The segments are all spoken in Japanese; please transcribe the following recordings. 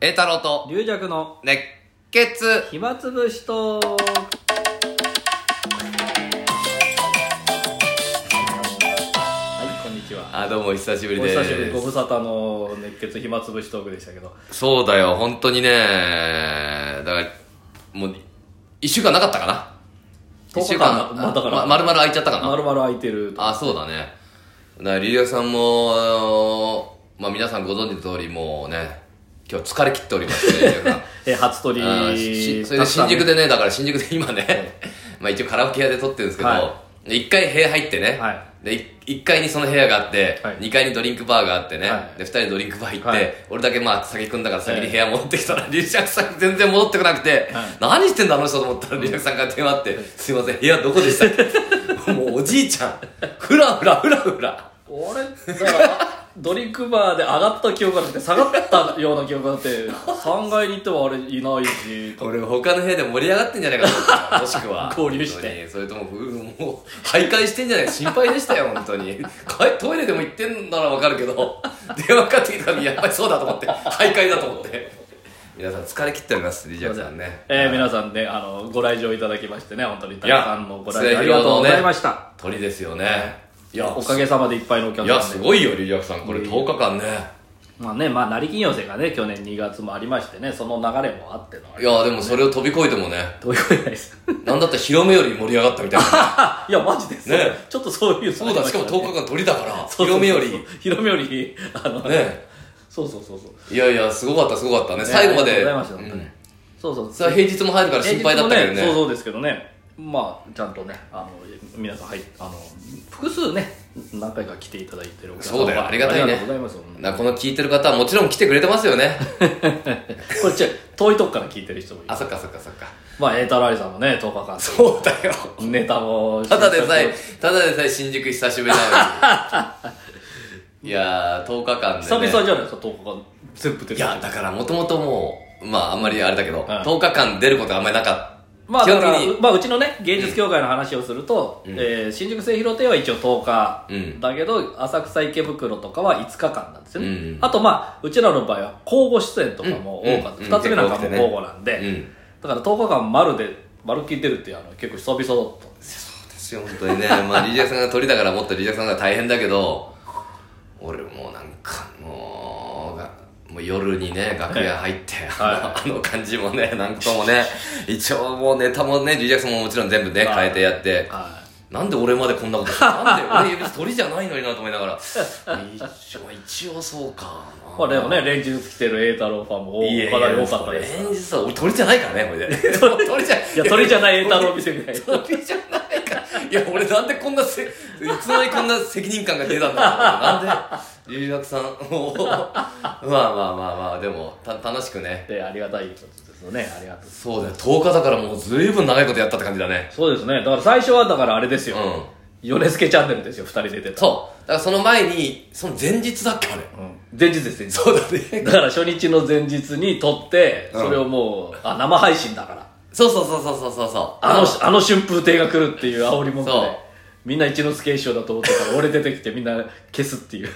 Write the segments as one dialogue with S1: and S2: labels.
S1: 栄太郎と
S2: 龍尺の
S1: 熱血
S2: 暇つぶしとはいこんにちは
S1: あどうもお久しぶ
S2: お
S1: りです
S2: 久しぶりご無沙汰の熱血暇つぶしトークでしたけど
S1: そうだよ本当にねだからもう1週間なかったかな
S2: 10
S1: 1週
S2: 日
S1: 間
S2: 間まだから
S1: ま丸々空いちゃったかな
S2: まるまる空いてる
S1: あそうだねだからリリアさんもあのまあ皆さんご存知の通りもうね今日疲れ切っておりましてリリアさん
S2: え初取り
S1: あーしそれで新宿でねだから新宿で今ね まあ一応カラオケ屋で撮ってるんですけど、
S2: は
S1: で1階部屋入ってね、
S2: は
S1: で1階にその部屋があって、
S2: はい
S1: 2階にドリンクバーがあってね、
S2: はい
S1: で2人でドリンクバー行って、
S2: はい
S1: 俺だけまあ先行くんだから先に部屋戻ってきたら、リュウジャクさん全然戻ってこなくて、
S2: はい
S1: 何してんだあの人と思ったらリュウジャクさんから電話あって、すいません部屋どこでしたっけ もうおじいちゃんふらふらふらふら
S2: 俺だからドリンクバーで上がった記憶がなくて下がったような記憶があって3階に 行ってもあれいないし
S1: 俺他の部屋で盛り上がってんじゃないかと思 ったもしくは
S2: 合流し
S1: 本
S2: て
S1: 当にそれともうもう徘徊してんじゃないか心配でしたよ本当にかトイレでも行ってんならわかるけど 電話かかってきたらやっぱりそうだと思って徘徊だと思って皆さん疲れ切っておりますリジャーさんね
S2: えー、皆さんね、あの、ご来場いただきましてね、本当にたく
S1: いや
S2: さんのご来場ありがとうございました。
S1: 鳥ですよねいや
S2: おかげさまでいっぱいのお
S1: い
S2: 客
S1: や
S2: さ
S1: す
S2: んで。
S1: ごいよリジャーさんこれ10日間ね
S2: まあね、まあ、成金寄せがね、去年2月もありましてね、その流れもあってのは。
S1: いやでもそれを飛び越えてもね
S2: どういうことです。
S1: なんだったら広めより盛り上がったみたいな
S2: いや、マジです。
S1: ね
S2: ちょっと そういう。
S1: そうだしかも
S2: そう
S1: 10日間鳥だから
S2: そう
S1: 広めよりね。
S2: 広めより、あの、そうそうそうそう。
S1: いやいや、すごかった、すごかったね。最後まで。
S2: ありがとうございました、本当
S1: う
S2: に
S1: ん。
S2: そうそう。
S1: それは平日も入るから心配だったけどね。
S2: 平日もそうそうですけどねまあちゃんとねあの皆さんはいあの複数ね何回か来ていただいてるお客様
S1: そうだよありがたいね
S2: ありがとうございます
S1: なこの聞いてる方はもちろん来てくれてますよね。
S2: こっち遠いとこから聞いてる人もい る
S1: あ、そっかそっかそっか。
S2: まあエータラリさんもね10日間
S1: そうだよ。
S2: ネタも
S1: ただでさえ、ただでさえ新宿久しぶりなの に。いやー、10日間で、
S2: 久
S1: ね。
S2: 々じゃないですか10日間全部出て
S1: いや、だからもともともう、まああんまりあれだけど、
S2: ん
S1: 10日間出ることがあんまりなかった。
S2: まあ
S1: 基
S2: だ
S1: 本
S2: か
S1: 的
S2: ら
S1: に、
S2: まあ、うちのね芸術協会の話をすると、えー新宿末広亭は一応10日、
S1: うん
S2: だけど浅草池袋とかは5日間なんですよね、
S1: うん
S2: あとまあうちらの場合は交互出演とかも多かった、
S1: うん
S2: 2つ目なんかも
S1: うん
S2: 交互なんで、
S1: うん。
S2: だから10日間丸で丸切ってるっていうあの結構久々だったんです
S1: 私は本当にね、 まあリジャさんが鳥だからもっとリジャさんが大変だけど、俺もうなんかもうが、もう夜にね、楽屋入って、あのあの感じもね、なんともね、一応もうネタもね、リジャさんももちろん全部ね、
S2: はい
S1: 変えてやって、
S2: は
S1: なんで俺までこんなことしたなんで俺別に鳥じゃないのになと思いながら、一応一応そうか。
S2: いまあでもね連日来てる栄太郎ファンも多かなり多かったです
S1: 連日さ、俺鳥じゃないからね、これで。 鳥じゃ、
S2: いや 鳥じゃない栄太郎見せみたい な
S1: 飛びじゃないかいや俺なんでこんなせいつの間にこんな責任感が出たんだろうなんで留学さんをまあまあまあまあでもた楽しくね
S2: でありがたいことですよねありがたい
S1: そうだよ10日だからもうずいぶん長いことやったって感じだね
S2: そうですねだから最初はだからあれです
S1: う
S2: よ、
S1: ん
S2: 米助チャンネルですよ2人で出てた
S1: そうだからその前にその前日だっけあれ
S2: うん前日です前日
S1: そうだね
S2: だから初日の前日に撮って、
S1: うん
S2: それをもう、あ、生配信だから。
S1: そうそうそうそうそうそうそう
S2: あの、あの春風亭が来るっていう煽り文句で
S1: そう。
S2: みんな一之輔師匠だと思ってたら、俺出てきてみんな消すっ ていう。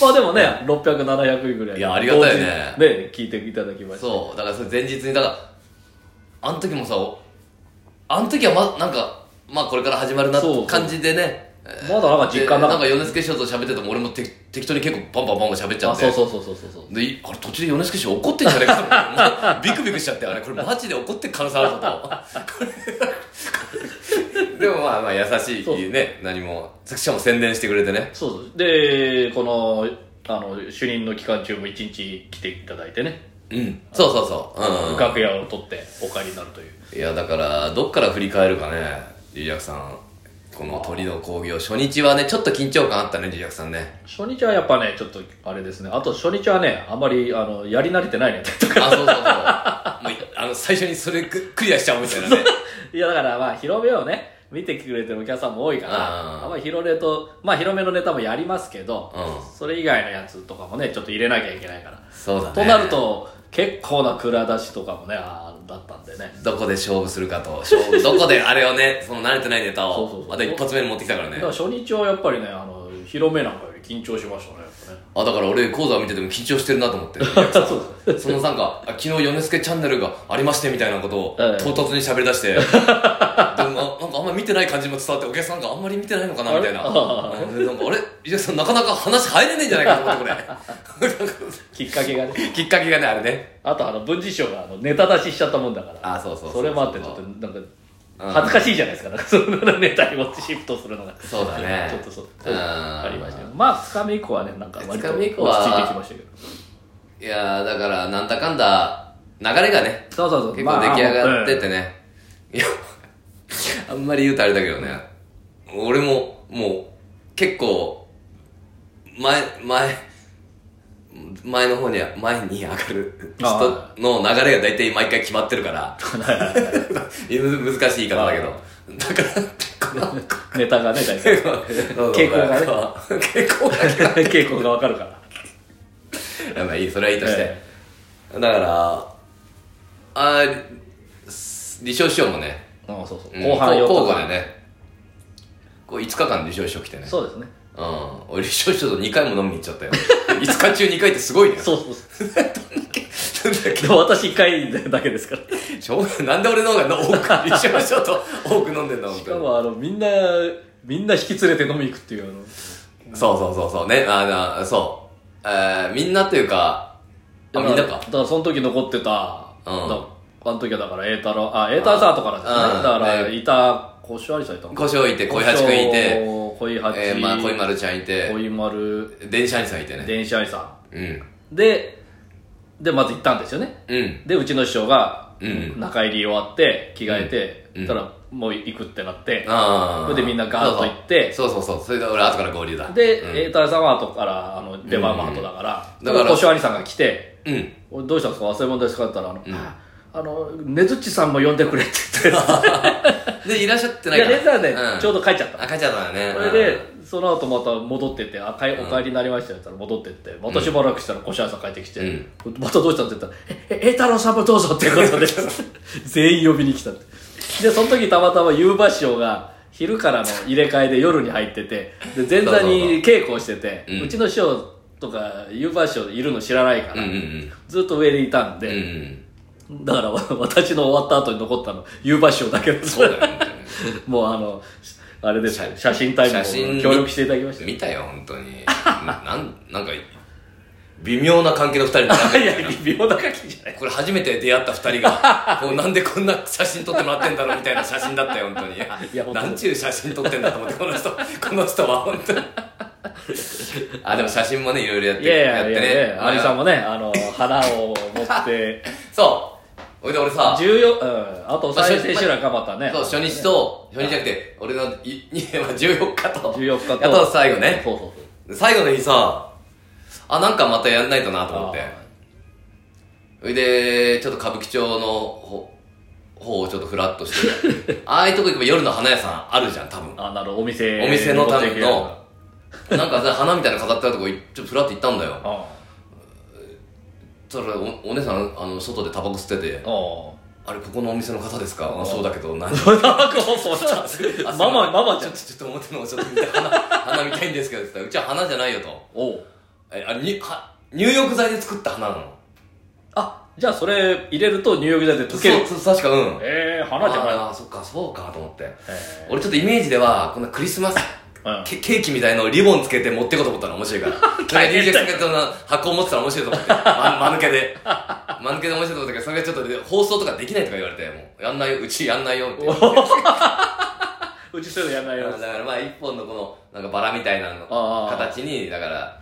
S2: まあでもね、600、700位ぐらい。
S1: いやありがたいね
S2: 同時にね、聞いていただきました。
S1: そうだからそれ前日にだからあの時もさおあの時はまなんかまあこれから始まるなっ
S2: そうそ
S1: て
S2: う
S1: 感じでね
S2: まだなんか実感な
S1: でな
S2: かっ
S1: ん
S2: た
S1: か。米助師匠と喋ってても俺もて適当に結構バンバンバンバン喋っちゃ
S2: あ、
S1: って
S2: そうそうそうそうそう。
S1: でいあれ途中で米助師匠怒ってんじゃねえかと思ってビクビクしちゃってあれこれマジで怒ってる可能性あるぞと でもまあまあ優し
S2: そう
S1: いね何もしかも宣伝してくれてね
S2: そうそうで、この、あの、主任の期間中も一日来ていただいてね、
S1: うんそうそうそううん
S2: 楽屋を取ってお帰りになるという。
S1: いやだからどっから振り返るかねリリアクさんこの鳥の興行初日はねちょっと緊張感あったねリリアクさんね
S2: 初日はやっぱね、ちょっとあれですね。あと初日はね、あまり、あの、やり慣れてないね。
S1: あそうそう そうもうあの最初にそれククリアしちゃおうみたいなね
S2: いや、だからまあ、広めをね、見てくれてるお客さんも多いから、
S1: あー
S2: あんまり広めと、まあ、広めのネタもやりますけど、
S1: う
S2: それ以外のやつとかもね、ちょっと入れなきゃいけないから。
S1: そうだね
S2: となると、結構な蔵出しとかもね、あーだったんでね。
S1: どこで勝負するかと勝負 どこであれをねその慣れてないネタ
S2: そうそ
S1: を
S2: うそう
S1: また一発目に持ってきたから
S2: だ
S1: ね
S2: から初日はやっぱりね、あの、広めなんかより緊張しましたね。
S1: あだから俺講座見てても緊張してるなと思 って
S2: そう
S1: そのなんかあ昨日米助チャンネルがありましてみたいなことを
S2: はい
S1: 唐突に喋り出してでもあなんかあんまり見てない感じも伝わってお客さんがあんまり見てないのかなみたいな
S2: あれあ
S1: うんでなんかあれ伊集さんなかなか話入れねえんじゃないかと思ってこ
S2: きっかけがね
S1: れきっかけがねあれね
S2: あとあの文治師匠があのネタ出ししちゃったもんだから
S1: あそうそうう
S2: それもあってちょっとなんか恥ずかしいじゃないですかなんかそんなネタにもシフトするのが
S1: そうだね
S2: ちょっとそう
S1: うん
S2: ありましたよまあ2日目以降はねなんか割と
S1: 二日目以
S2: 落ち着いて
S1: 降は
S2: きましたけど
S1: いやーだからなんだかんだ流れがね
S2: そうそうそう
S1: 結構出来上がって
S2: まあ
S1: てね、いやあんまり言うとあれだけどね俺ももう結構前前前の方には前に上がる人
S2: あ
S1: の流れが大体毎回決まってるから 難しい言い方だけどだから
S2: うんネタがね 大体 傾向がね
S1: 傾向が
S2: 傾向がわかるから
S1: いやまあいいそれはいいとして、
S2: え
S1: だからあーす李承師匠もね
S2: うんそうそう
S1: うん
S2: 後半4
S1: こう
S2: 日
S1: 交互でねこう5日間李承師匠来てね
S2: そうですね
S1: うん俺李承師匠と2回も飲みに行っちゃったよ 5日中2回ってすごいね
S2: そうそう そう
S1: なんだっけ
S2: でも私1回だけですから
S1: しょうがなんで俺の方が多く李承師匠 と多く飲んでんだ本
S2: し
S1: 当
S2: か
S1: に
S2: もあのみんなみんな引き連れて飲み行くっていうあの
S1: そうそうそうそうねあのそう、えーみんなというかあみんな
S2: だ
S1: から
S2: その時残っ
S1: う
S2: てた、
S1: ん
S2: だあの時はだから栄太郎あ栄太郎さんとからですね
S1: うん
S2: だから
S1: ね
S2: いた小ありさんいたの
S1: 小翔いて小井八くんいて、
S2: 小井八、
S1: えーまあ、小井丸ちゃんいて
S2: 小井丸
S1: 電車にさんいてね
S2: 電子ありさ
S1: うん
S2: んででまず行ったんですよね
S1: うん
S2: でうちの師匠が
S1: うん
S2: 中入り終わって着替えて、
S1: うん
S2: たらもう行くってなって、
S1: ああ
S2: それでみんなガーッと行って
S1: そうそうそうそうそれで俺後から合流だ
S2: で、
S1: うん
S2: 栄太郎さんは後からあの出番も後だから、
S1: うんだから
S2: 小ありさんが来て
S1: うん
S2: 俺どうしたんですか忘れ物ですかって言ったらあの、
S1: うん
S2: あのねずっちさんも呼んでくれって 言って
S1: でいらっしゃってない
S2: い
S1: か
S2: や
S1: ら
S2: ねずはね、ちょう
S1: ど
S2: ど帰っちゃった
S1: あ帰っちゃったんだよね
S2: それで、その後また戻ってって「あかいお帰りになりましたよ」って言ったら戻ってってまたしばらくしたら小シャさん帰ってきて、またどうしたんって言ったら「ええ栄太郎さんもどうぞ」ってことで 全員呼びに来たってでその時たまたま夕場師匠が昼からの入れ替えで夜に入っててで前座に稽古をしてて
S1: うん
S2: うちの師匠とか夕場師匠いるの知らないか
S1: う
S2: ら、
S1: んうんうん
S2: ずっと上でいたんで、
S1: うんうん
S2: だからわ私の終わった後に残ったの夕場賞だけです
S1: そうだよね
S2: もうあのしあれです
S1: 写
S2: 写真タイム
S1: 写真
S2: を協力していただきましたよ
S1: 見たよ本当になんなんか微妙な関係の二人の仲
S2: い
S1: 良い
S2: や微妙な書きじ ゃない
S1: これ初めて出会った二人がこうなんでこんな写真撮ってもらってんだろうみたいな写真だったよ本
S2: いや
S1: 当に
S2: 本当
S1: なんちゅう写真撮ってんだと思ってこの人この人は本当にあでも写真もねいろいろやって
S2: いやいやいやい
S1: ってね
S2: やアリさんもねあの腹を持って
S1: そう。ほいで俺さ、
S2: 14うんあと再生しらかまたね
S1: そう初日と、初日じゃなくて、俺のいいやまあ14日と、
S2: 14日と
S1: あと最後ね。
S2: そうそうそう
S1: 最後の日さ、あ、なんかまたやんないとなと思って。ほいで、ちょっと歌舞伎町のほ方をちょっとフラッとして、 ああいうとこ行けば夜の花屋さんあるじゃん、多分。
S2: あなるほどお店
S1: お店のための
S2: 持っていけるか
S1: なんかさ、花みたいなの飾ってあるとこ、いちょっとフラッと行ったんだよ
S2: ら。あ
S1: そしたらお、お姉さん、あの、外でタバコ吸ってて、
S2: あ
S1: あれ、ここのお店の方ですかあ、
S2: あ
S1: そうだけど、 何あ
S2: ママママじゃん
S1: ちょっとちょっと表のちょっと見て花花見たいんですけどって言ったらうちは花じゃないよと
S2: おう
S1: えあれには入浴剤で作った花なの
S2: あじゃあそれ入れると入浴剤で溶ける
S1: そうそう確かうん
S2: ええ花じゃない
S1: ああそっかそうかと思って
S2: え
S1: 俺ちょっとイメージではこんなクリスマス
S2: ーうん
S1: ケケーキみたいのをリボンつけて持ってこうと思ったら面白いからなんか DJ さんの箱を持ってたら面白いと思ってま間抜けで間抜けで面白いと思ったけどそれがちょっとで放送とかできないとか言われてもうやんないようちやんないよって言って
S2: うちそういうのやんないよ
S1: だからまあ一本のこのなんかバラみたいなの
S2: ああ
S1: 形にだから、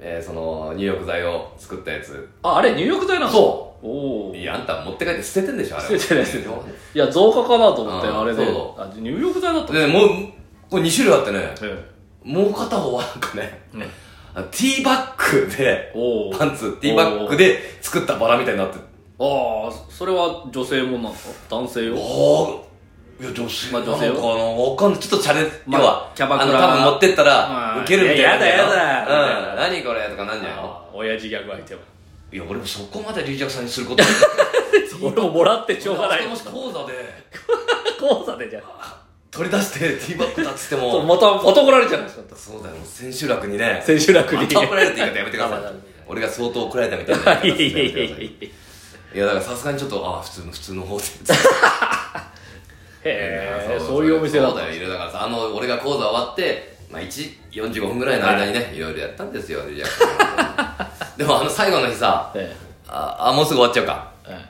S1: えーその入浴剤を作ったやつ
S2: ああれ入浴剤なの
S1: そう
S2: おお
S1: いやあんた持って帰って捨ててんでしょあれ
S2: 捨ててない捨ててないいや増加かなと思って
S1: うん
S2: あれで
S1: そ
S2: あ入浴剤だった
S1: でもうこれ2種類あってね
S2: え
S1: もう片方はなんかね
S2: えね
S1: あティーバッグで
S2: おお
S1: パンツティーバッグで作ったバラみたいになって
S2: ああそれは女性もんなんですか男性
S1: お
S2: を
S1: おいや女性
S2: まあ女性
S1: なのかなわかんないちょっとチャレンジ、
S2: まあ
S1: 要は
S2: キャバク
S1: あ
S2: ラ
S1: の多分持ってったら、
S2: まあ
S1: ウケるみたいない
S2: ややだやだ
S1: うん何これとかなんじゃないの
S2: あー親父ギャグ相手はい
S1: や俺もそこまでリジャクさんにする こと
S2: 俺ももらってしょうがない
S1: もし講座で
S2: 講座でじゃん
S1: 取り出してティーバッグだっつって
S2: そ
S1: も
S2: うまた、また怒られちゃうんですよ。
S1: そうだよ千秋楽にね
S2: 千秋楽に
S1: また怒られるって言い方やめてください
S2: また
S1: 俺が相当怒られたみたいな言い方するのやめてください
S2: へ
S1: いやだからさすがにちょっとああ普通の普通の方で
S2: え、そういうお店だ
S1: だ
S2: っ
S1: ったた
S2: ん
S1: よい
S2: です
S1: ろいろだからさあの俺が講座終わって、まあ、145分ぐらいの間にね、い、ろいろやったんですよリラックス でもあの最後の日さ
S2: え
S1: ああもうすぐ終わっちゃうか
S2: え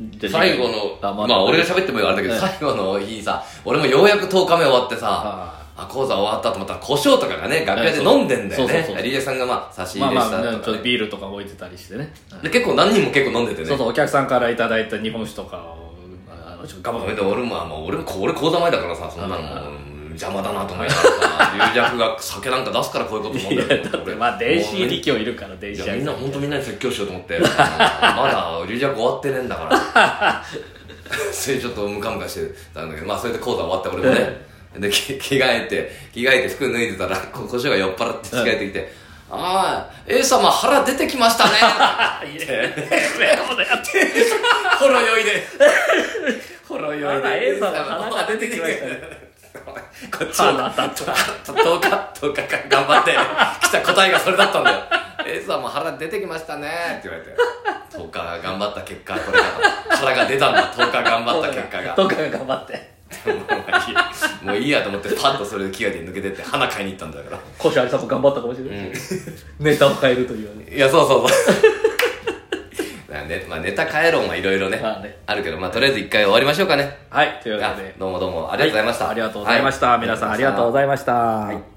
S2: ええじゃあ
S1: 最後の
S2: あま
S1: ま
S2: あ
S1: あ、俺が喋ってもあれだけど、
S2: はい
S1: 最後の日さ俺もようやく10日目終わってさ
S2: は
S1: あ講座終わったと思ったら胡椒とかがね楽屋で飲んでんだよ
S2: そうそう
S1: ね
S2: そうそう
S1: リエさんがまあ差し
S2: まあ
S1: 入れしたと
S2: ま
S1: か
S2: あ、
S1: ね、
S2: ちょっとビールとか置いてたりしてね。
S1: で結構何人も結構飲んでてね
S2: そうそう、お客さんからいただいた日本酒とかを、あの、ちょっとガバガ
S1: それ
S2: バ
S1: で俺も、まあ、俺もこ俺講座前だからさそんなのもう邪魔だなと思いながら さ龍弱が酒なんか出すからこういうこと思うんだよ
S2: だってまあ、電子力教いるから、電
S1: い
S2: 子
S1: や
S2: 力
S1: みんな本当みんなに説教しようと思って まだ龍弱終わってねえんだから それでちょっとムカムカしてたんだけどまあそれで講座終わって俺もねでき着替えて着替えて服脱いでたらこ腰が酔っ払って着替えてきて「ああ A 様腹出てきましたね」
S2: あ、いいね。えもうやって。
S1: ほろ酔い で
S2: ほろ
S1: あ
S2: 酔い
S1: ら
S2: で。
S1: A
S2: A
S1: さ
S2: さ
S1: んの
S2: んの
S1: 鼻
S2: 鼻
S1: が
S2: が
S1: 出
S2: 出
S1: てき
S2: てき
S1: ま
S2: ま
S1: し
S2: したた
S1: ねこ
S2: ね。
S1: っちを
S2: 鼻立った。
S1: 10日10日間頑張って来た答えがそれだったんだよ「エースはもう腹出てきましたね」って言われて10日頑張った結果これが腹が出たんだ10日頑張った結果が
S2: どっかが頑張って。
S1: もういいやと思ってパッとそれで着替えて抜けてって花買いに行ったんだから
S2: コシャリさんも頑張ったかもしれない。ネタを変えるというね。
S1: いやそう そうそうだからねまあ、ネタ変えろもいろいろね,、
S2: まあね
S1: あるけど、まあ、とりあえず一回終わりましょうかね
S2: はい、というわ
S1: あ
S2: けで。
S1: どうもどうもありがとうございました、
S2: ありがとうございました。皆さんありがとうございました。